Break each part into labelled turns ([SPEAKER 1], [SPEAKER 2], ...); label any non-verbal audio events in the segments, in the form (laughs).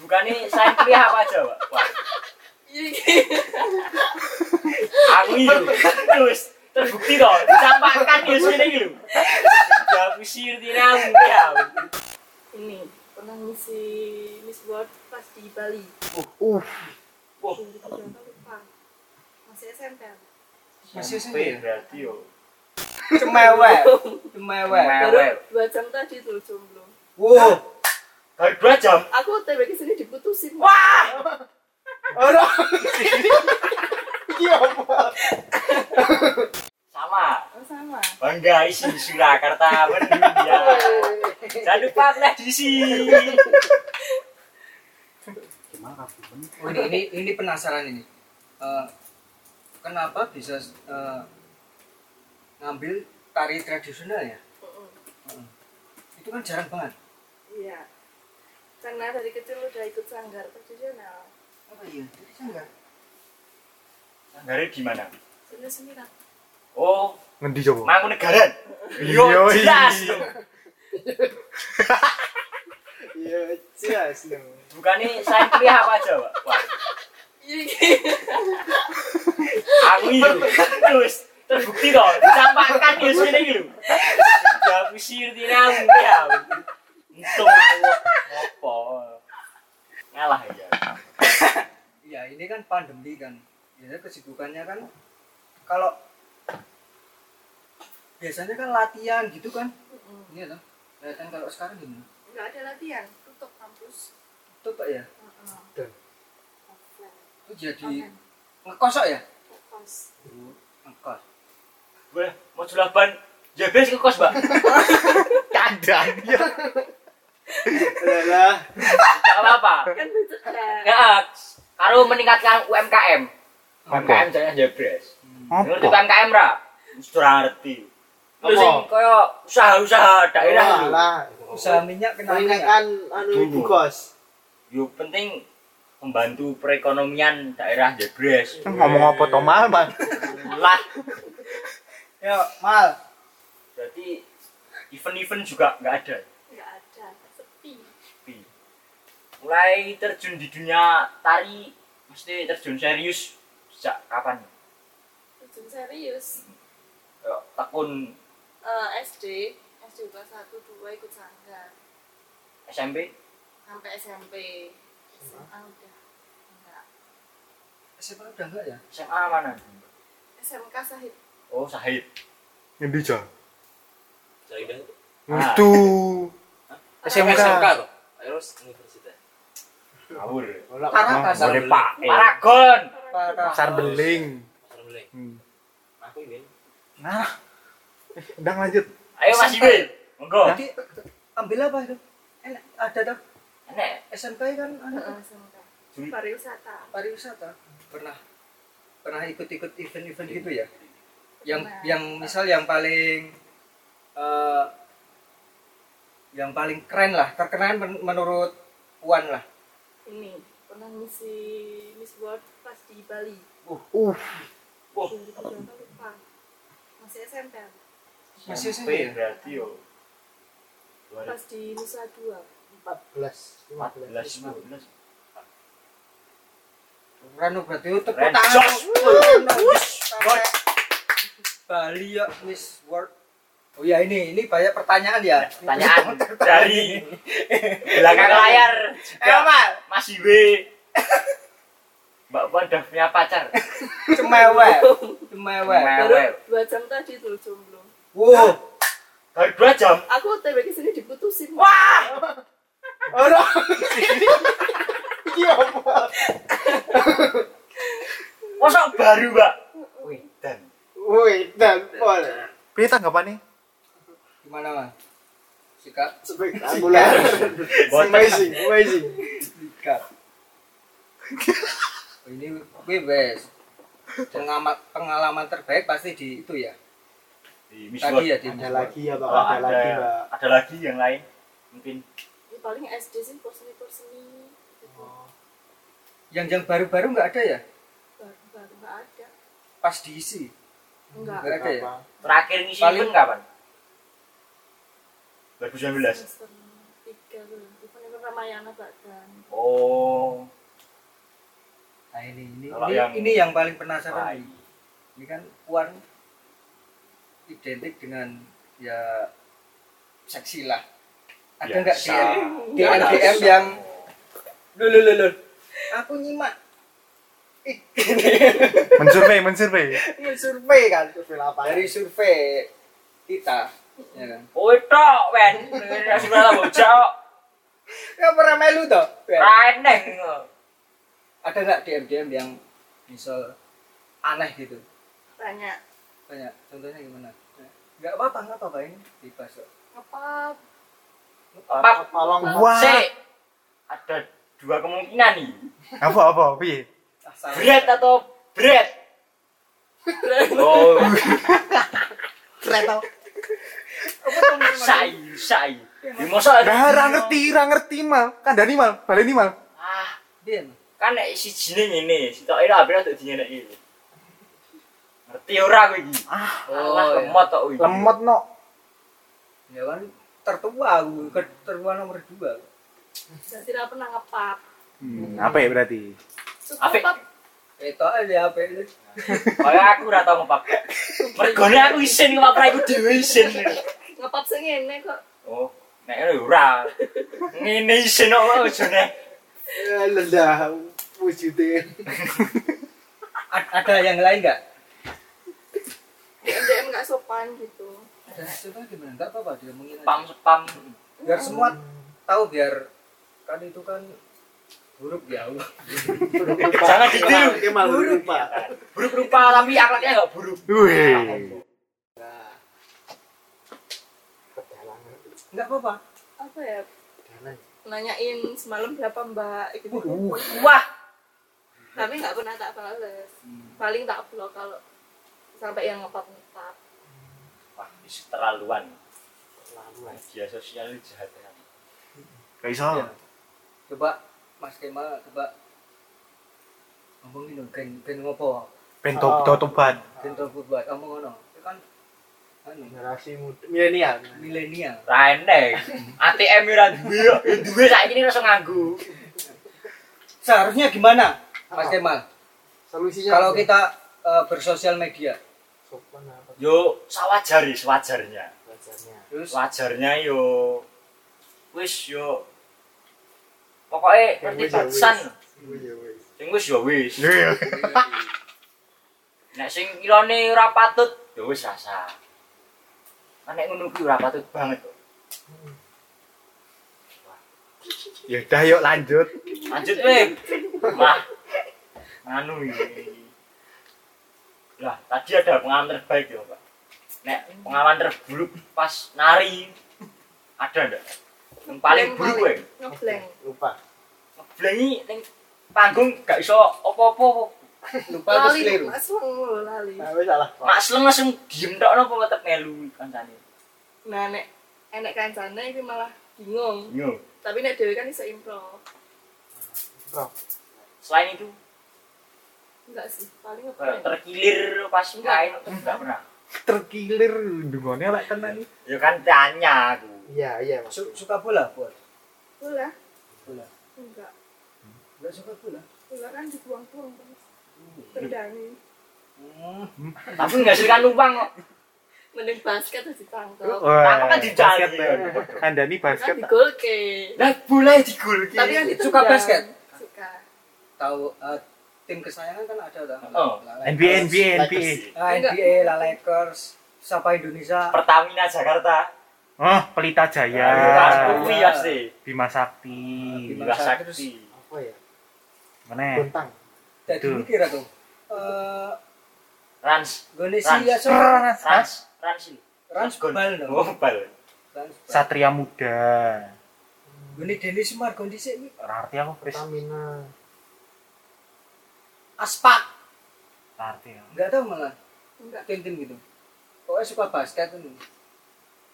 [SPEAKER 1] Bukan nih saya kuliah apa aja, Pak? Wah, aku itu terus terbukti toh dicampakkan di sini gitu. Aku sihir di nang ya.
[SPEAKER 2] ini pernah ngisi Miss World pas di Bali
[SPEAKER 3] Uh,
[SPEAKER 1] Wah,
[SPEAKER 2] Yang kita berapa lupa masih SMP aku.
[SPEAKER 4] Masih SMP
[SPEAKER 1] SMP
[SPEAKER 4] ya?
[SPEAKER 1] berarti yo.
[SPEAKER 4] Cemewek. Cemewek.
[SPEAKER 1] Mewel.
[SPEAKER 2] baru dua jam tadi tuh jomblo
[SPEAKER 4] Wow.
[SPEAKER 1] Baru dua jam.
[SPEAKER 2] aku TB ke sini diputusin
[SPEAKER 4] Wah. Ora. Iki apa?
[SPEAKER 1] Sama.
[SPEAKER 2] Oh, sama
[SPEAKER 1] Bangga isi Surakarta India. Jangan lupa lah di sini.
[SPEAKER 4] Oh, ini, ini ini penasaran ini. Eh, kenapa bisa eh, ngambil tari tradisional ya?
[SPEAKER 2] Mm-mm.
[SPEAKER 4] Itu kan jarang banget.
[SPEAKER 2] iya karena dari kecil udah ikut sanggar tradisional
[SPEAKER 4] Apa iya? Enggak.
[SPEAKER 1] Dari gimana?
[SPEAKER 2] sini seminar
[SPEAKER 1] Oh,
[SPEAKER 3] ngendi coba?
[SPEAKER 1] Mangkunegaran.
[SPEAKER 3] Yo,
[SPEAKER 1] Yo, jelas.
[SPEAKER 3] iya.
[SPEAKER 4] Iya, jelas dong.
[SPEAKER 1] Bukan nih saya kuliah apa aja, Pak? Wah, aku itu terus terbukti toh dicampakkan di sini gitu. Ya aku sihir di nang ya. Untung aku opo. Ngalah aja.
[SPEAKER 4] Ya ini kan pandemi kan. Biasanya kesibukannya kan kalau biasanya kan latihan gitu kan.
[SPEAKER 2] Mm-mm.
[SPEAKER 4] Iya toh. Latihan kalau sekarang gimana?
[SPEAKER 2] nggak ada latihan tutup kampus
[SPEAKER 4] Tutup ya.
[SPEAKER 2] Mm-mm.
[SPEAKER 3] Dan.
[SPEAKER 2] Offline.
[SPEAKER 4] Itu jadi
[SPEAKER 2] Online.
[SPEAKER 4] ngekos kok ya?
[SPEAKER 2] Fokus.
[SPEAKER 4] Ngekos.
[SPEAKER 1] Gue mau julaban. Ya bes ke kos, Pak.
[SPEAKER 3] Kadang ya.
[SPEAKER 4] Lah,
[SPEAKER 1] Enggak apa-apa.
[SPEAKER 2] kan beda
[SPEAKER 1] Ya, karo meningkatkan UMKM. UMKM jangan jebres. Ngerti
[SPEAKER 3] Apa?
[SPEAKER 1] UMKM ra? Sudah ngerti. Oh, Lu sing
[SPEAKER 5] Apa?
[SPEAKER 1] kaya usaha-usaha daerah
[SPEAKER 5] Wah,
[SPEAKER 1] lho.
[SPEAKER 5] lah.
[SPEAKER 4] usaha minyak kena minyak.
[SPEAKER 5] Meningkatkan anu ibu kos.
[SPEAKER 1] Yo penting membantu perekonomian daerah ya, jebres.
[SPEAKER 3] Ngomong apa to, Mal, Mal?
[SPEAKER 1] Lah,
[SPEAKER 4] Ya, mal.
[SPEAKER 1] jadi event-event juga nggak ada.
[SPEAKER 2] nggak ada sepi
[SPEAKER 1] Tapi Mulai terjun di dunia tari, mesti terjun serius sejak kapan?
[SPEAKER 2] tujuan serius
[SPEAKER 1] Kayak tekun
[SPEAKER 2] Eh, SD SD kelas satu dua ikut sanggar
[SPEAKER 1] SMP,
[SPEAKER 2] sampai SMP SMA udah enggak
[SPEAKER 4] SMA udah enggak ya?
[SPEAKER 1] SMA mana?
[SPEAKER 2] SMK Sahid
[SPEAKER 1] Oh, Sahid.
[SPEAKER 3] Ngendi coba?
[SPEAKER 6] Jadi
[SPEAKER 1] Ah.
[SPEAKER 3] Itu.
[SPEAKER 6] SMK. SMK
[SPEAKER 3] SMK.
[SPEAKER 6] tuh. Terus universitas.
[SPEAKER 1] Ngawur.
[SPEAKER 5] Olak.
[SPEAKER 4] Parah
[SPEAKER 6] Pasar
[SPEAKER 4] kasar.
[SPEAKER 1] Boleh
[SPEAKER 6] Beling.
[SPEAKER 1] Pak. Paragon.
[SPEAKER 4] Parah.
[SPEAKER 3] Pasar beling.
[SPEAKER 6] Pasar Beling.
[SPEAKER 3] Hmm.
[SPEAKER 6] Aku ini.
[SPEAKER 3] Nah. Eh, Ndang lanjut.
[SPEAKER 1] Ayo Mas Ibe. Monggo.
[SPEAKER 4] Jadi ambil apa itu? Enak ada tuh
[SPEAKER 1] Enak.
[SPEAKER 4] SMK kan anak
[SPEAKER 2] Heeh, SMK
[SPEAKER 1] Jadi-
[SPEAKER 2] pariwisata
[SPEAKER 4] pariwisata. Pernah pernah ikut-ikut event-event gitu ya? Yang
[SPEAKER 2] Pernah.
[SPEAKER 4] yang misal yang paling eh yang paling keren lah, terkenal men- menurut Puan lah.
[SPEAKER 2] ini pernah ngisi Miss World pas di Bali
[SPEAKER 3] Uh,
[SPEAKER 1] Oh.
[SPEAKER 2] Yang kita berapa lupa masih SMP aku.
[SPEAKER 4] Masih
[SPEAKER 1] SMP
[SPEAKER 4] SMP ya?
[SPEAKER 1] berarti yo.
[SPEAKER 2] pas di Nusa Dua
[SPEAKER 5] 14, 15.
[SPEAKER 1] 14 15.
[SPEAKER 4] Rano oh, berarti tepuk
[SPEAKER 1] Keren.
[SPEAKER 4] tangan.
[SPEAKER 1] Jos.
[SPEAKER 4] Rano.
[SPEAKER 1] God.
[SPEAKER 4] Bali ya Miss World. Oh ya ini ini banyak pertanyaan ya.
[SPEAKER 1] Pertanyaan dari belakang layar.
[SPEAKER 4] Eh Mal,
[SPEAKER 1] Mas Ibe. Mbak Puan udah punya pacar.
[SPEAKER 4] cemewek, cemewek.
[SPEAKER 1] Mewel.
[SPEAKER 2] baru dua jam tadi tuh jomblo
[SPEAKER 4] Wow,
[SPEAKER 1] Baru 2 jam.
[SPEAKER 2] aku TB ke sini diputusin
[SPEAKER 4] orang
[SPEAKER 5] Iki apa?
[SPEAKER 1] Masa baru, Mbak? Wih, dan
[SPEAKER 5] Woi, dan pol.
[SPEAKER 3] piye tanggapane?
[SPEAKER 4] gimana Mal? Sikat,
[SPEAKER 5] Spektakuler. Amazing, amazing.
[SPEAKER 4] sikat. Oh, ini gue wes pengalaman pengalaman terbaik pasti di itu ya
[SPEAKER 1] di Miss
[SPEAKER 4] tadi
[SPEAKER 1] World.
[SPEAKER 4] ya di
[SPEAKER 5] Ada
[SPEAKER 4] Miss
[SPEAKER 5] lagi ya, Pak.
[SPEAKER 1] Kalau
[SPEAKER 5] Ada lagi, Pak.
[SPEAKER 1] ada lagi yang lain mungkin
[SPEAKER 2] ya, paling SD sih perseni perseni gitu
[SPEAKER 1] Oh.
[SPEAKER 4] World. yang yang baru-baru nggak ada ya
[SPEAKER 2] baru baru nggak ada
[SPEAKER 4] pas diisi
[SPEAKER 1] Hmm.
[SPEAKER 2] enggak
[SPEAKER 4] Nggak ada ya?
[SPEAKER 5] Apa?
[SPEAKER 1] terakhir ngisi
[SPEAKER 4] Paling-
[SPEAKER 1] event kapan? 2019.
[SPEAKER 2] semester tiga tuh event event Ramayana Pak Dan
[SPEAKER 1] Oh,
[SPEAKER 4] Nah ini ini
[SPEAKER 1] Kalau
[SPEAKER 4] ini,
[SPEAKER 1] yang-
[SPEAKER 4] ini yang paling penasaran.
[SPEAKER 1] Baik.
[SPEAKER 4] Ini kan Puan identik dengan ya seksi lah. Ada nggak
[SPEAKER 1] Biasa.
[SPEAKER 4] DM DM DM yang
[SPEAKER 1] Oh.
[SPEAKER 4] lu lu lu lu. Aku nyimak
[SPEAKER 3] mensurvey mensurvei
[SPEAKER 5] Ini survei kan, survei apa?
[SPEAKER 4] dari survei kita. Ya kan.
[SPEAKER 1] Ôi trọ bèn, ra xin ra là bộ trọ,
[SPEAKER 4] Nggak pernah melu toh. Ben.
[SPEAKER 1] ra đến đỉnh rồi.
[SPEAKER 4] Ada nggak DM DM yang misal aneh gitu?
[SPEAKER 2] Tanya,
[SPEAKER 4] Banyak. Contohnya gimana? Nggak apa-apa, nggak apa-apa ini dibahas. kok.
[SPEAKER 2] apa?
[SPEAKER 1] Bác,
[SPEAKER 5] Tolong
[SPEAKER 3] Wah.
[SPEAKER 1] C. Ada dua kemungkinan nih.
[SPEAKER 3] apa apa piye
[SPEAKER 4] Asal-
[SPEAKER 1] Bread atau bread? Oh,
[SPEAKER 3] kereta
[SPEAKER 1] (laughs) sai, sai. Di masa
[SPEAKER 3] dah ra ngerti ra ngerti mal kandani mal baleni mal
[SPEAKER 1] Ah,
[SPEAKER 4] Diam.
[SPEAKER 1] kan nek si jine ngene, sitok ora abis untuk dinyelek iki. Ngerti ora kowe iki?
[SPEAKER 3] ah
[SPEAKER 1] Alah
[SPEAKER 4] iya.
[SPEAKER 1] lemot tok kowe. iki.
[SPEAKER 3] lemot no
[SPEAKER 4] ya kan tertua aku ke- tertua nomor dua
[SPEAKER 2] Saya tidak pernah ngepap.
[SPEAKER 3] hmm, apa ya berarti
[SPEAKER 2] Suka
[SPEAKER 1] Apik.
[SPEAKER 2] ngepap.
[SPEAKER 4] itu aja apa itu
[SPEAKER 1] Kaya aku ora tau ngepak. Mergone aku isin ngepak ra iku dhewe isin.
[SPEAKER 2] Ngepap sing ngene kok.
[SPEAKER 1] Oh, nek ngono ya ora. Ngene isin kok ojone.
[SPEAKER 5] Ya, Lelah wujudnya.
[SPEAKER 4] A- ada yang lain nggak
[SPEAKER 2] DM nggak sopan gitu.
[SPEAKER 4] ada itu Nah, gimana nggak apa-apa dia mungkin
[SPEAKER 1] Spam spam.
[SPEAKER 4] biar semua tahu biar kan itu kan buruk ya Allah
[SPEAKER 1] Jangan ditiru.
[SPEAKER 5] Kemal berupa.
[SPEAKER 1] Buruk rupa tapi akhlaknya enggak buruk.
[SPEAKER 3] Wih.
[SPEAKER 4] nggak apa-apa
[SPEAKER 2] Apa ya? Nanyain semalam berapa mbak gitu.
[SPEAKER 1] Wah,
[SPEAKER 2] Tapi nggak pernah tak bales. Paling tak blok kalau sampai yang ngepap ngepap.
[SPEAKER 1] wah, is terlaluan. Media sosial ini jahat ya.
[SPEAKER 3] gak iso
[SPEAKER 4] coba Mas Kemal coba ngomongin dong gen gen ngopo
[SPEAKER 3] bento oh. tobat
[SPEAKER 4] gen terbuat kamu ngono itu kan anu
[SPEAKER 5] Generasi muda milenial.
[SPEAKER 4] milenial
[SPEAKER 1] Rendeng. ATM ora duwe kok. Ya duwe saiki ini langsung nganggu.
[SPEAKER 4] seharusnya gimana Mas Kemal
[SPEAKER 5] Solusinya
[SPEAKER 4] kalau
[SPEAKER 5] apa?
[SPEAKER 4] kita eh, bersosial media
[SPEAKER 5] sopan apa
[SPEAKER 1] Yo sawajari sewajarnya.
[SPEAKER 5] belajarnya?
[SPEAKER 4] terus
[SPEAKER 1] Wajarnya yo wis yo pokoknya ngerti
[SPEAKER 5] Wis ya wis.
[SPEAKER 1] batasan.
[SPEAKER 5] Iya, wis.
[SPEAKER 1] Sing wis yo wis.
[SPEAKER 3] Iya.
[SPEAKER 1] Nek sing ilone ora patut yo wis sasa. Kan Nek ngono kuwi ora patut banget kok.
[SPEAKER 3] (laughs) ya udah yuk lanjut
[SPEAKER 1] Lanjut weh. Mah. Anu iki. Lah, tadi ada pengalaman terbaik ya, Pak. Nek pengalaman terburuk pas nari ada enggak? Yang paling buruk kowe.
[SPEAKER 2] Ngeblank.
[SPEAKER 5] Lupa.
[SPEAKER 1] Ngeblengi ning panggung gak iso apa-apa.
[SPEAKER 4] lupa
[SPEAKER 2] Lali,
[SPEAKER 4] terus keliru
[SPEAKER 2] langsung lali.
[SPEAKER 5] Nah, wis salah.
[SPEAKER 1] Mak seleng langsung diem tok napa tetep melu kancane.
[SPEAKER 2] Nah nek enek kancane iki malah bingung.
[SPEAKER 1] Yo.
[SPEAKER 2] Tapi nek dhewe kan iso improv.
[SPEAKER 1] Selain itu
[SPEAKER 2] Enggak sih, paling ya?
[SPEAKER 1] kayak
[SPEAKER 2] ngeprank.
[SPEAKER 1] terkilir pas main enggak pernah.
[SPEAKER 3] terkilir dungonya lek tenan
[SPEAKER 1] Ya kan tanya aku.
[SPEAKER 5] Iya, iya, Mas.
[SPEAKER 4] Su- suka bola buat
[SPEAKER 2] Bola?
[SPEAKER 4] Bola.
[SPEAKER 2] Enggak.
[SPEAKER 4] nggak suka bola
[SPEAKER 2] Bola kan dibuang-buang terus. Tendangin.
[SPEAKER 4] Hmm.
[SPEAKER 1] Tapi menghasilkan uang kok.
[SPEAKER 2] Mending basket harus ditangkap.
[SPEAKER 1] Apa kan dicari.
[SPEAKER 3] basket (laughs)
[SPEAKER 2] Kan
[SPEAKER 3] kandani oh, basket
[SPEAKER 2] digolke.
[SPEAKER 1] Lah boleh digulki.
[SPEAKER 2] Tapi kan ditendang.
[SPEAKER 4] Iya, Suka basket?
[SPEAKER 2] Suka.
[SPEAKER 4] tahu eh, tim kesayangan kan ada lah.
[SPEAKER 1] Oh.
[SPEAKER 4] Lah, Lakers.
[SPEAKER 3] NBA NBA NBA
[SPEAKER 4] Ah, NBA lah Lakers. Siapa Indonesia?
[SPEAKER 1] Pertamina Jakarta.
[SPEAKER 3] oh pelita
[SPEAKER 1] Ya, Iya,
[SPEAKER 4] Iya,
[SPEAKER 3] jaya
[SPEAKER 1] Ayo, Kuwi pasti.
[SPEAKER 3] Bima Sakti
[SPEAKER 1] Bima
[SPEAKER 4] Bima-
[SPEAKER 1] Sakti.
[SPEAKER 4] iya.
[SPEAKER 5] Apa ya?
[SPEAKER 3] mana
[SPEAKER 5] Gontang.
[SPEAKER 4] Jadi
[SPEAKER 3] Betul.
[SPEAKER 4] mikir aku. Eh,
[SPEAKER 1] Rans.
[SPEAKER 4] Indonesia
[SPEAKER 1] Rans.
[SPEAKER 4] ya so.
[SPEAKER 1] Rans. Rans.
[SPEAKER 4] Rans Bal dong.
[SPEAKER 1] Oh, bal.
[SPEAKER 4] Rans Bal.
[SPEAKER 3] Satria Muda
[SPEAKER 4] Ini Denis Margon dhisik iki.
[SPEAKER 3] Ora ngerti aku Chris
[SPEAKER 5] Stamina.
[SPEAKER 4] Aspak.
[SPEAKER 3] Ora ngerti aku.
[SPEAKER 4] Enggak tahu malah
[SPEAKER 2] Enggak.
[SPEAKER 4] tim-tim gitu. Pokoknya suka basket ini.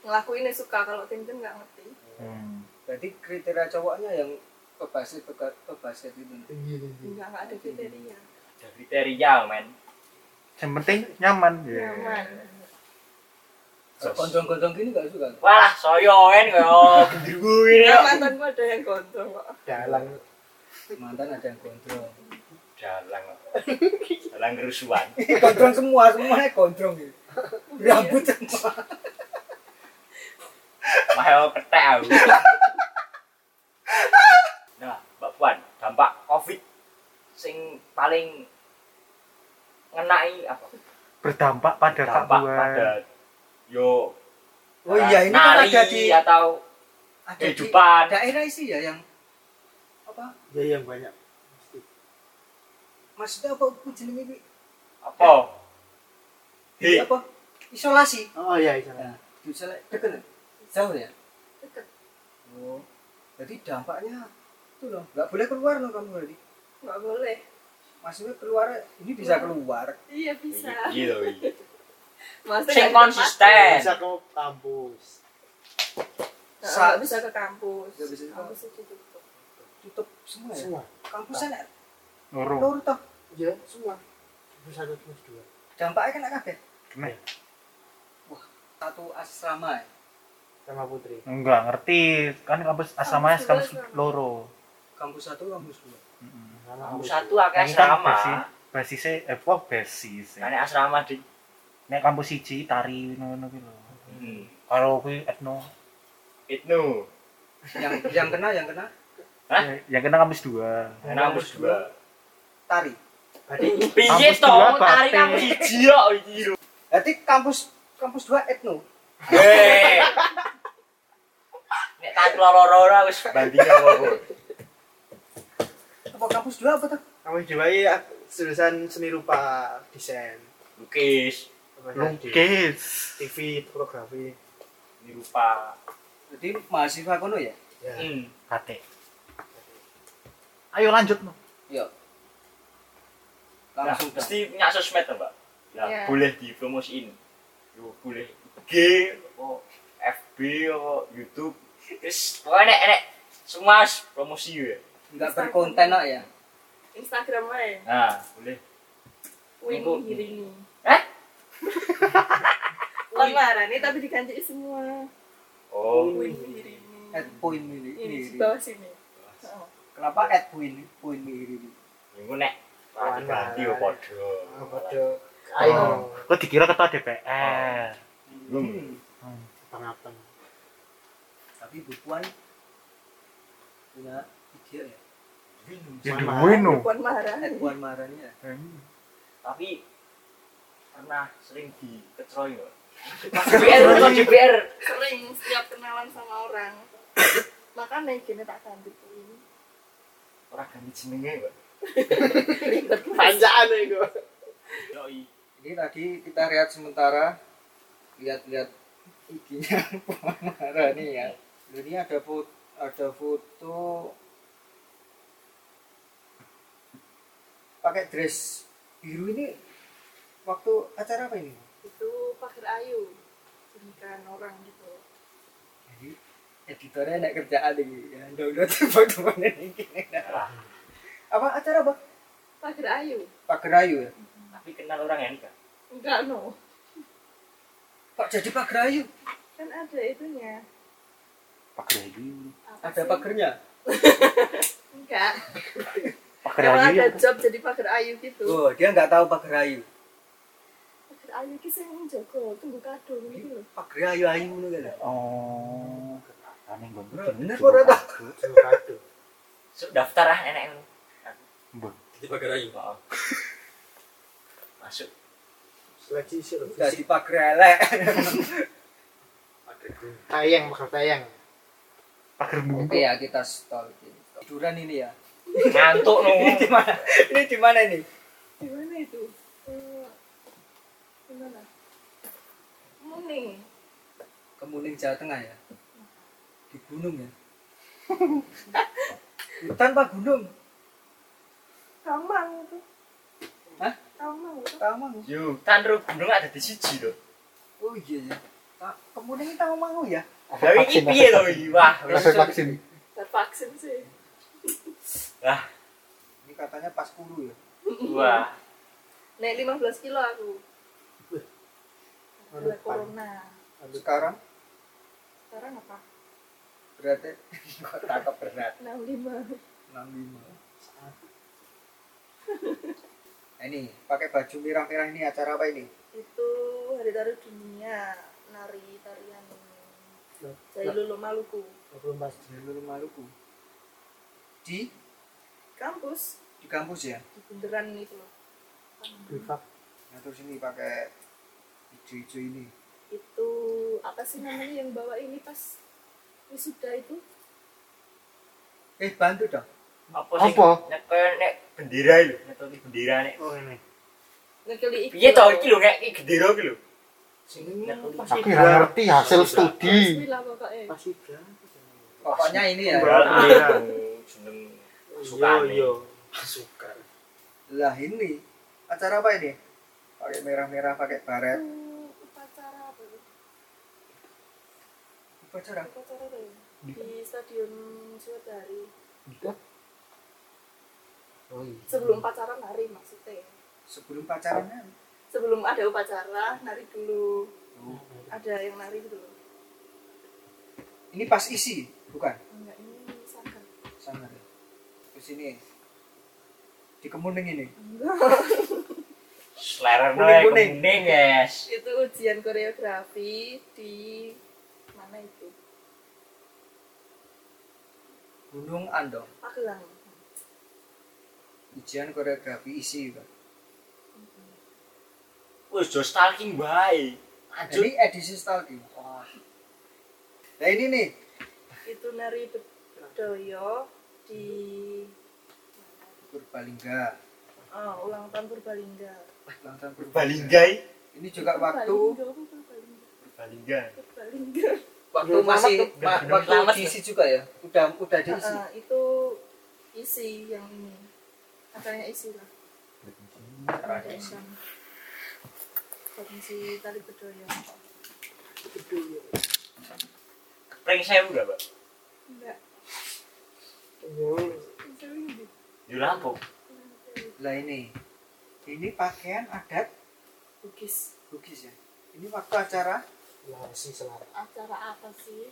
[SPEAKER 2] Ngelakuinnya suka kalau tim-tim enggak ngerti.
[SPEAKER 3] Hmm.
[SPEAKER 4] Berarti kriteria cowoknya yang pebasket peka- pebasket itu.
[SPEAKER 5] Tinggi, tinggi.
[SPEAKER 2] Enggak enggak ada
[SPEAKER 4] Iya.
[SPEAKER 2] kriteria.
[SPEAKER 1] Ada kriteria, men.
[SPEAKER 3] yang penting nyaman
[SPEAKER 4] Iya.
[SPEAKER 3] ya.
[SPEAKER 2] Nyaman.
[SPEAKER 4] Kalau Gondrong-gondrong gini enggak suka.
[SPEAKER 1] Walah, soyoen
[SPEAKER 4] (laughs)
[SPEAKER 1] kaya gendruwo ini. kok.
[SPEAKER 2] Ya
[SPEAKER 5] Ya,
[SPEAKER 2] mantanku ada yang gondrong kok.
[SPEAKER 5] Dalang.
[SPEAKER 4] Mantan ada yang gondrong.
[SPEAKER 1] dalang dalang kerusuhan
[SPEAKER 4] gondrong semua semuanya gondrong gitu rambut semua
[SPEAKER 1] mahal petek aku nah mbak puan dampak covid sing paling ngenai apa
[SPEAKER 3] berdampak pada
[SPEAKER 1] dampak
[SPEAKER 3] kebuan.
[SPEAKER 1] pada yo
[SPEAKER 4] oh iya ini kan
[SPEAKER 1] nari
[SPEAKER 4] ada di
[SPEAKER 1] atau
[SPEAKER 4] ada di
[SPEAKER 1] kehidupan
[SPEAKER 4] daerah isi ya yang apa
[SPEAKER 5] ya yang banyak Pasti.
[SPEAKER 4] maksudnya apa aku jenenge ini
[SPEAKER 1] apa Hi.
[SPEAKER 4] apa isolasi
[SPEAKER 5] oh iya iya
[SPEAKER 4] Nah, di isolasi deket ya? jauh ya
[SPEAKER 2] Deket.
[SPEAKER 4] oh jadi dampaknya itu loh nggak boleh keluar loh kamu berarti
[SPEAKER 2] nggak boleh
[SPEAKER 4] maksudnya keluar ini bisa keluar
[SPEAKER 2] iya bisa
[SPEAKER 1] Iya, iya. sing
[SPEAKER 2] Maksudnya nggak bisa
[SPEAKER 5] Nggak
[SPEAKER 1] konsisten
[SPEAKER 5] bisa ke kampus
[SPEAKER 2] masuk. Nggak bisa ke kampus
[SPEAKER 4] Nggak bisa ke
[SPEAKER 2] kampus itu tutup
[SPEAKER 4] tutup semua Nah. ya
[SPEAKER 5] semua
[SPEAKER 4] kampusnya
[SPEAKER 3] Loro.
[SPEAKER 4] keluar toh
[SPEAKER 5] iya semua kampus satu kampus dua
[SPEAKER 4] dampaknya kan agak ya
[SPEAKER 3] Kena.
[SPEAKER 4] satu asrama ya
[SPEAKER 5] sama putri
[SPEAKER 3] Enggak ngerti. Kan kampus asamanya
[SPEAKER 2] sebelah
[SPEAKER 3] kampus
[SPEAKER 2] sama.
[SPEAKER 3] loro.
[SPEAKER 4] kampus satu kampus dua
[SPEAKER 3] Mm-mm.
[SPEAKER 5] sama
[SPEAKER 1] Kamu
[SPEAKER 5] kampus
[SPEAKER 1] satu akhirnya
[SPEAKER 3] Ini kan
[SPEAKER 1] asrama
[SPEAKER 3] basi- Basisnya eh kok basis. ya?
[SPEAKER 1] karena asrama di
[SPEAKER 3] Nek kampus siji tari ngono kuwi lho.
[SPEAKER 1] hmm.
[SPEAKER 3] Kalau kuwi etno.
[SPEAKER 1] Itnu
[SPEAKER 4] yang yang kena yang kena
[SPEAKER 1] Hah?
[SPEAKER 3] Ya, Yang kena kampus dua.
[SPEAKER 1] karena kampus dua
[SPEAKER 4] tari
[SPEAKER 5] tadi
[SPEAKER 1] Piye
[SPEAKER 3] Kampus
[SPEAKER 1] to
[SPEAKER 3] dua,
[SPEAKER 1] tarik
[SPEAKER 3] Batik.
[SPEAKER 1] kampus siji kok iki lho.
[SPEAKER 4] berarti kampus kampus dua etno
[SPEAKER 1] Hei. Eh. Nek tak loro-loro wis bandingan apa.
[SPEAKER 4] apa kampus dua apa tuh
[SPEAKER 5] kamu dua ya jurusan seni rupa desain
[SPEAKER 1] Lukis,
[SPEAKER 5] Kemudian di
[SPEAKER 3] Lukis.
[SPEAKER 5] TV fotografi
[SPEAKER 1] nirupa.
[SPEAKER 4] berarti mahasiswa kono ya
[SPEAKER 5] ya
[SPEAKER 1] Hmm.
[SPEAKER 3] Kate. Ayo lanjut. Mo.
[SPEAKER 4] iya
[SPEAKER 1] Nah,
[SPEAKER 4] langsung dah.
[SPEAKER 1] mesti punya sosmed to, Mbak. Nah,
[SPEAKER 2] Iya.
[SPEAKER 1] boleh dipromosiin. Yo boleh IG, oh, FB, oh, YouTube. Wis pokoknya nek nek semua harus promosi ya.
[SPEAKER 4] nggak berkonten lah ya
[SPEAKER 2] Instagram aja
[SPEAKER 1] Nah, Ah, boleh.
[SPEAKER 2] Wingi
[SPEAKER 1] Minggu.
[SPEAKER 2] Hirini (laughs)
[SPEAKER 1] Eh?
[SPEAKER 2] Kon marani tapi diganti semua
[SPEAKER 1] Oh,
[SPEAKER 2] Wingi Hirini
[SPEAKER 4] at point
[SPEAKER 2] ini
[SPEAKER 4] ini
[SPEAKER 2] di bawah sini Oh.
[SPEAKER 4] kenapa at point point ini
[SPEAKER 1] minggu nek
[SPEAKER 5] Wan,
[SPEAKER 1] ganti yo
[SPEAKER 5] Wan.
[SPEAKER 1] padha.
[SPEAKER 5] Hmm. foto
[SPEAKER 3] Oh.
[SPEAKER 5] ayo
[SPEAKER 3] Kok dikira ketua DPR.
[SPEAKER 1] Hmm.
[SPEAKER 3] Hmm.
[SPEAKER 5] pengapen
[SPEAKER 4] tapi Bu Puan punya ide ya
[SPEAKER 3] Ya
[SPEAKER 5] Sama.
[SPEAKER 3] duwe no.
[SPEAKER 2] Puan Maharani
[SPEAKER 4] at Puan Marani ya
[SPEAKER 1] tapi pernah sering dikecoy nggak? JBR bukan JBR
[SPEAKER 2] sering setiap kenalan sama orang makanya gini tak ganti ini
[SPEAKER 1] orang ganti jenenge pak
[SPEAKER 2] ribet
[SPEAKER 5] panjang ya gue
[SPEAKER 1] yoi
[SPEAKER 4] ini tadi kita lihat sementara lihat-lihat IG-nya (laughs) Puan Marani ya ini ada foto ada foto pakai dress biru ini waktu acara apa ini
[SPEAKER 2] itu Pakir Ayu nikahan orang gitu
[SPEAKER 4] jadi editornya enak kerjaan lagi ya download (laughs) foto-foto ini apa acara apa
[SPEAKER 2] Pakir Ayu
[SPEAKER 4] Pak Gerayu ya
[SPEAKER 1] tapi kenal orang enak kan
[SPEAKER 2] enggak no
[SPEAKER 4] kok jadi Pak Gerayu
[SPEAKER 2] kan ada itunya
[SPEAKER 3] Pak Rayu.
[SPEAKER 2] Apa
[SPEAKER 4] ada
[SPEAKER 2] sih?
[SPEAKER 4] pagernya
[SPEAKER 2] enggak
[SPEAKER 3] Pak
[SPEAKER 2] Emang
[SPEAKER 3] Rayu.
[SPEAKER 2] Ya, ada job jadi Pakir Ayu gitu
[SPEAKER 4] oh dia nggak tahu Pak Gerayu
[SPEAKER 2] Pakir Ayu ki sing njogo tunggu kado gitu loh
[SPEAKER 4] Pak Gerayu ayu ngono kan
[SPEAKER 3] Oh. Ane nggon.
[SPEAKER 4] Bener kok ora tau.
[SPEAKER 5] cuma kado
[SPEAKER 1] so, daftar ah enak ngono
[SPEAKER 3] Mbok.
[SPEAKER 6] Jadi pakai rayu.
[SPEAKER 1] Heeh. masuk
[SPEAKER 5] seleksi sih loh
[SPEAKER 4] jadi Pak Grelek
[SPEAKER 5] tayang bakal tayang
[SPEAKER 4] (laughs)
[SPEAKER 3] Pager
[SPEAKER 4] oke
[SPEAKER 3] bungkuk.
[SPEAKER 4] ya kita stop tiduran ini ya
[SPEAKER 1] ngantuk no
[SPEAKER 4] ini di mana ini di mana ini
[SPEAKER 2] di mana itu Eh, di mana Muning
[SPEAKER 4] kemuning Jawa Tengah ya di gunung ya (laughs) hutan pak gunung
[SPEAKER 2] Kamang itu
[SPEAKER 4] Hah?
[SPEAKER 2] Kamang itu
[SPEAKER 4] Tawang
[SPEAKER 1] yo tanro gunung ada di siji lho
[SPEAKER 4] oh iya ya Ta- kemuning ini Tawang ya
[SPEAKER 1] lha iki piye to iki wah wis
[SPEAKER 5] Efek vaksin
[SPEAKER 2] tervaksin sih
[SPEAKER 4] ini katanya pas kuru ya
[SPEAKER 1] wah
[SPEAKER 2] Naik 15 kilo aku.
[SPEAKER 5] Wih.
[SPEAKER 2] Ada
[SPEAKER 5] Aduh,
[SPEAKER 2] corona.
[SPEAKER 4] sekarang
[SPEAKER 2] Sekarang apa?
[SPEAKER 4] berarti (laughs) kok tangkap berat
[SPEAKER 2] 65.
[SPEAKER 4] 65 Nah, ini pakai baju merah-merah ini acara apa ini?
[SPEAKER 2] itu hari tari dunia nari tarian Jailolo Maluku
[SPEAKER 4] Jalur Maluku. Di
[SPEAKER 2] kampus
[SPEAKER 4] di kampus ya.
[SPEAKER 2] di bundaran itu loh
[SPEAKER 4] Nah, terus ini pakai hijau-hijau ini.
[SPEAKER 2] itu apa sih namanya yang bawa ini pas wisuda itu
[SPEAKER 4] Eh, bantu dong.
[SPEAKER 1] Apa sih?
[SPEAKER 3] Apa?
[SPEAKER 1] Nek kayak nek bendera lho, nek tadi bendera nek.
[SPEAKER 5] Oh ini.
[SPEAKER 2] ngekeli
[SPEAKER 1] Piye to Iya, iki lho nek iki bendera iki lho. Sing nek
[SPEAKER 3] Aku nggak ngerti hasil studi.
[SPEAKER 2] Bismillah pokoknya
[SPEAKER 5] Masih berapa?
[SPEAKER 4] Pokoknya ini ya.
[SPEAKER 5] Pemberat.
[SPEAKER 1] bendera jeneng
[SPEAKER 5] Yo
[SPEAKER 1] Pasukan,
[SPEAKER 5] yo. Pasukan.
[SPEAKER 4] Lah ini acara apa ini? Pakai merah-merah, pakai baret.
[SPEAKER 2] Itu upacara apa itu?
[SPEAKER 4] Upacara.
[SPEAKER 2] upacara apa ya? di stadion Swadari
[SPEAKER 5] Oh iya.
[SPEAKER 2] sebelum pacaran nari maksudnya
[SPEAKER 4] Sebelum kan? pacarannya.
[SPEAKER 2] sebelum ada upacara nari dulu ada yang nari gitu loh
[SPEAKER 4] Ini pas isi, bukan?
[SPEAKER 2] enggak ini sangka
[SPEAKER 4] Sama. Terus ini di kemuning ini.
[SPEAKER 1] Selera
[SPEAKER 4] Kuning-kuning.
[SPEAKER 1] kuning kuning guys.
[SPEAKER 2] itu ujian koreografi di mana itu
[SPEAKER 4] Gunung Andong.
[SPEAKER 2] Magelang
[SPEAKER 4] Ujian koreografi isi, Pak.
[SPEAKER 1] Wis jo stalking bae. Lanjut.
[SPEAKER 4] Ini edisi stalking. Wah. Nah ini nih,
[SPEAKER 2] itu nari bedoyo di
[SPEAKER 4] Purbalingga.
[SPEAKER 2] oh, ulang tahun Purbalingga
[SPEAKER 4] Lantan
[SPEAKER 1] Purbalingga iki.
[SPEAKER 4] Ini juga waktu
[SPEAKER 2] Purbalingga apa Purbalingga
[SPEAKER 1] Purbalingga.
[SPEAKER 2] Purbalingga
[SPEAKER 4] waktu
[SPEAKER 5] Belum
[SPEAKER 4] masih
[SPEAKER 1] tuh.
[SPEAKER 4] ma-
[SPEAKER 1] Belum
[SPEAKER 4] waktu
[SPEAKER 1] selamat
[SPEAKER 4] diisi juga ya. Udah udah diisi.
[SPEAKER 2] Ah, ah, itu isi yang ini acaranya isi lah ada Isyam komisi tali bedoyo
[SPEAKER 1] Prank saya udah, Pak.
[SPEAKER 2] enggak
[SPEAKER 5] Oh,
[SPEAKER 2] itu ini
[SPEAKER 1] Yo Lampung.
[SPEAKER 4] Lah ini. Ini pakaian adat
[SPEAKER 2] bugis
[SPEAKER 4] Bugis ya. Ini waktu acara
[SPEAKER 5] Masih selamat.
[SPEAKER 2] acara apa sih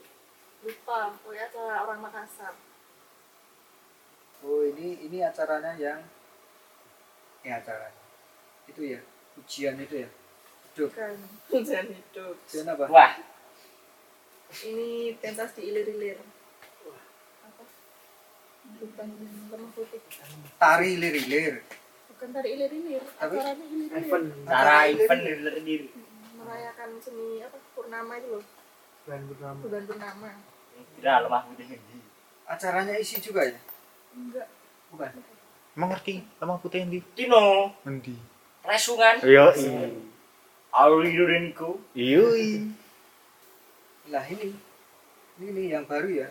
[SPEAKER 2] lupa pokoknya acara orang Makassar
[SPEAKER 4] Oh, ini ini acaranya yang ya acara. Itu ya, ujian itu ya.
[SPEAKER 2] bukan hujan hidup
[SPEAKER 4] Ujian apa?
[SPEAKER 1] Wah,
[SPEAKER 2] ini pentas diilir-ilir apa bukan lemah putih
[SPEAKER 4] Tari lirir.
[SPEAKER 2] bukan tari ilir-ilir
[SPEAKER 4] Tapi-
[SPEAKER 2] acaranya ilir-ilir
[SPEAKER 5] Event
[SPEAKER 1] cara event sendiri.
[SPEAKER 2] merayakan seni apa purnama itu loh
[SPEAKER 5] bulan bernama.
[SPEAKER 2] bulan purnama
[SPEAKER 1] Kira lemah putih ngendi?
[SPEAKER 4] Acaranya isi juga ya?
[SPEAKER 2] enggak
[SPEAKER 4] Bukan.
[SPEAKER 3] Emang ngerti? Emang putih yang di?
[SPEAKER 1] Tino,
[SPEAKER 3] Endi?
[SPEAKER 1] resungan.
[SPEAKER 3] Yo
[SPEAKER 1] Aurilirinku.
[SPEAKER 3] iyo
[SPEAKER 4] Lah ini. Ini nih yang baru ya.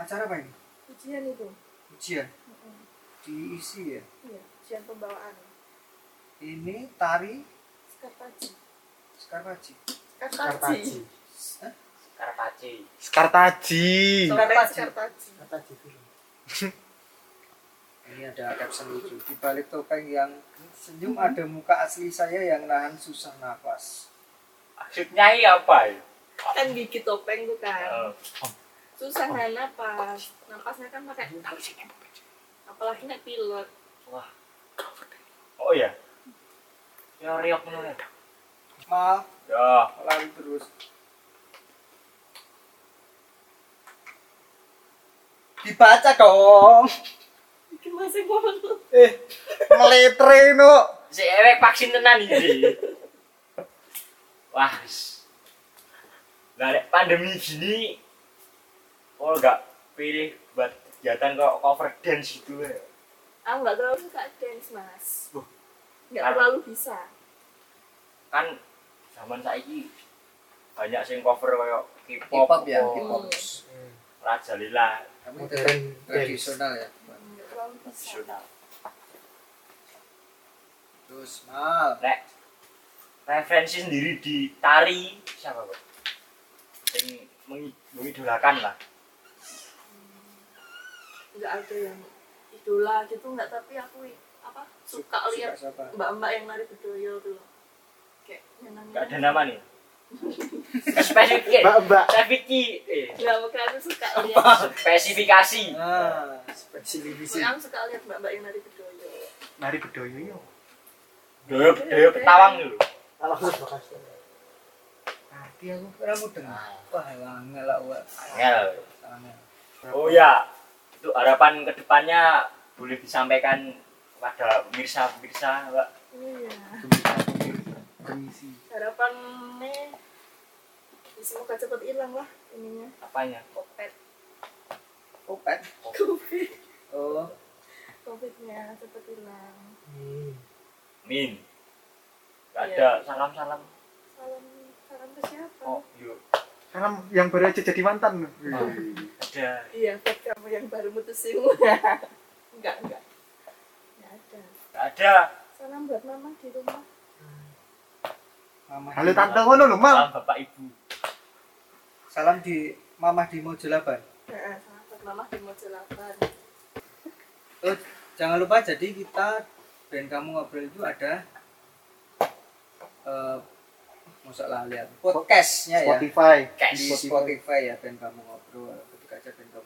[SPEAKER 4] Acara apa ini?
[SPEAKER 2] ujian itu
[SPEAKER 4] Ujian
[SPEAKER 2] Mm-mm.
[SPEAKER 4] diisi ya.
[SPEAKER 2] iya ujian pembawaan
[SPEAKER 4] Ini tari
[SPEAKER 2] skartaji
[SPEAKER 4] Skarpaji.
[SPEAKER 2] skartaji
[SPEAKER 4] Hah?
[SPEAKER 1] Karpaci.
[SPEAKER 3] Skartaji.
[SPEAKER 2] Topeng
[SPEAKER 4] Skartaji.
[SPEAKER 2] skartaji
[SPEAKER 5] Kata di film.
[SPEAKER 4] Ini ada caption lucu. Di balik topeng yang senyum ada muka asli saya yang nahan susah napas.
[SPEAKER 1] Maksudnya ini apa ya?
[SPEAKER 2] kan gigit topeng tuh kan
[SPEAKER 1] Eh,
[SPEAKER 2] susah nahan napas napasnya kan pakai apalagi naik pilot
[SPEAKER 1] Wah. Oh iya. Ya riok ngono ya.
[SPEAKER 4] Maaf,
[SPEAKER 1] Ya,
[SPEAKER 4] lari terus. Dibaca dong.
[SPEAKER 2] bikin masih ngono
[SPEAKER 3] Meletre no.
[SPEAKER 1] si ewek vaksin tenan iki. Wah. wis. Lah nek pandemi gini kalau nggak pilih buat kegiatan kok cover dance gitu ya.
[SPEAKER 2] aku Ah, nggak terlalu suka dance mas
[SPEAKER 1] Wah. Ah.
[SPEAKER 2] nggak
[SPEAKER 1] Kenapa?
[SPEAKER 2] terlalu bisa
[SPEAKER 1] Kan zaman saiki banyak sing cover kayak K-pop,
[SPEAKER 4] K-pop ya,
[SPEAKER 1] apa,
[SPEAKER 4] K-pop.
[SPEAKER 1] Rajalila,
[SPEAKER 4] Kamu
[SPEAKER 5] Modern
[SPEAKER 4] tradisional ya.
[SPEAKER 2] nggak terlalu bisa
[SPEAKER 1] nasional.
[SPEAKER 4] Terus mal.
[SPEAKER 1] Nek referensi sendiri di tari siapa kok? Yang mengi- mengidolakan lah.
[SPEAKER 2] nggak ada yang idola gitu nggak tapi aku i- apa suka lihat
[SPEAKER 4] siapa?
[SPEAKER 2] mbak-mbak yang lari bedoyo tuh kayak nyenang
[SPEAKER 4] (laughs)
[SPEAKER 1] Gak ada nama nih. spesifik
[SPEAKER 5] Mbak Mbak
[SPEAKER 1] saya pikir eh,
[SPEAKER 2] Nggak bukan aku suka lihat.
[SPEAKER 1] spesifikasi
[SPEAKER 4] Ah,
[SPEAKER 5] spesifikasi.
[SPEAKER 2] Aku suka lihat mbak-mbak yang nari bedoyo.
[SPEAKER 5] Mari bedoyo yo.
[SPEAKER 1] doyo doyo petawang dulu
[SPEAKER 5] Langsung bakal.
[SPEAKER 4] hati aku ora mudeng. Wah, angel lah wak.
[SPEAKER 1] Angel.
[SPEAKER 4] Angel.
[SPEAKER 1] oh ya itu harapan kedepannya boleh disampaikan kepada pemirsa pemirsa mbak
[SPEAKER 2] Iya.
[SPEAKER 5] Permisi.
[SPEAKER 2] Harapannya ya semoga cepat hilang lah ininya
[SPEAKER 1] apanya
[SPEAKER 2] covid
[SPEAKER 4] Kopet.
[SPEAKER 2] covid
[SPEAKER 4] Oh,
[SPEAKER 2] covidnya cepat hilang
[SPEAKER 5] Hmm.
[SPEAKER 1] min gak
[SPEAKER 2] Iya.
[SPEAKER 1] ada salam salam
[SPEAKER 2] salam salam ke siapa
[SPEAKER 1] oh yuk
[SPEAKER 5] Karena yang baru aja jadi mantan.
[SPEAKER 4] iya.
[SPEAKER 5] Hmm.
[SPEAKER 1] ada
[SPEAKER 2] iya buat kamu yang baru (laughs) mutusin enggak enggak enggak ada
[SPEAKER 1] gak ada
[SPEAKER 2] salam buat mama di rumah
[SPEAKER 4] mamah.
[SPEAKER 5] Halo tante ngono lho, Mal.
[SPEAKER 1] salam bapak ibu
[SPEAKER 4] Salam di mamah di Mojolaban.
[SPEAKER 2] Heeh, salam buat mama di Mojolaban
[SPEAKER 4] Oh, jangan lupa jadi kita band kamu ngobrol itu ada eh masa lah lihat podcastnya ya
[SPEAKER 5] Spotify.
[SPEAKER 4] di
[SPEAKER 1] cash
[SPEAKER 4] Spotify ya band kamu ngobrol ketika aja band kamu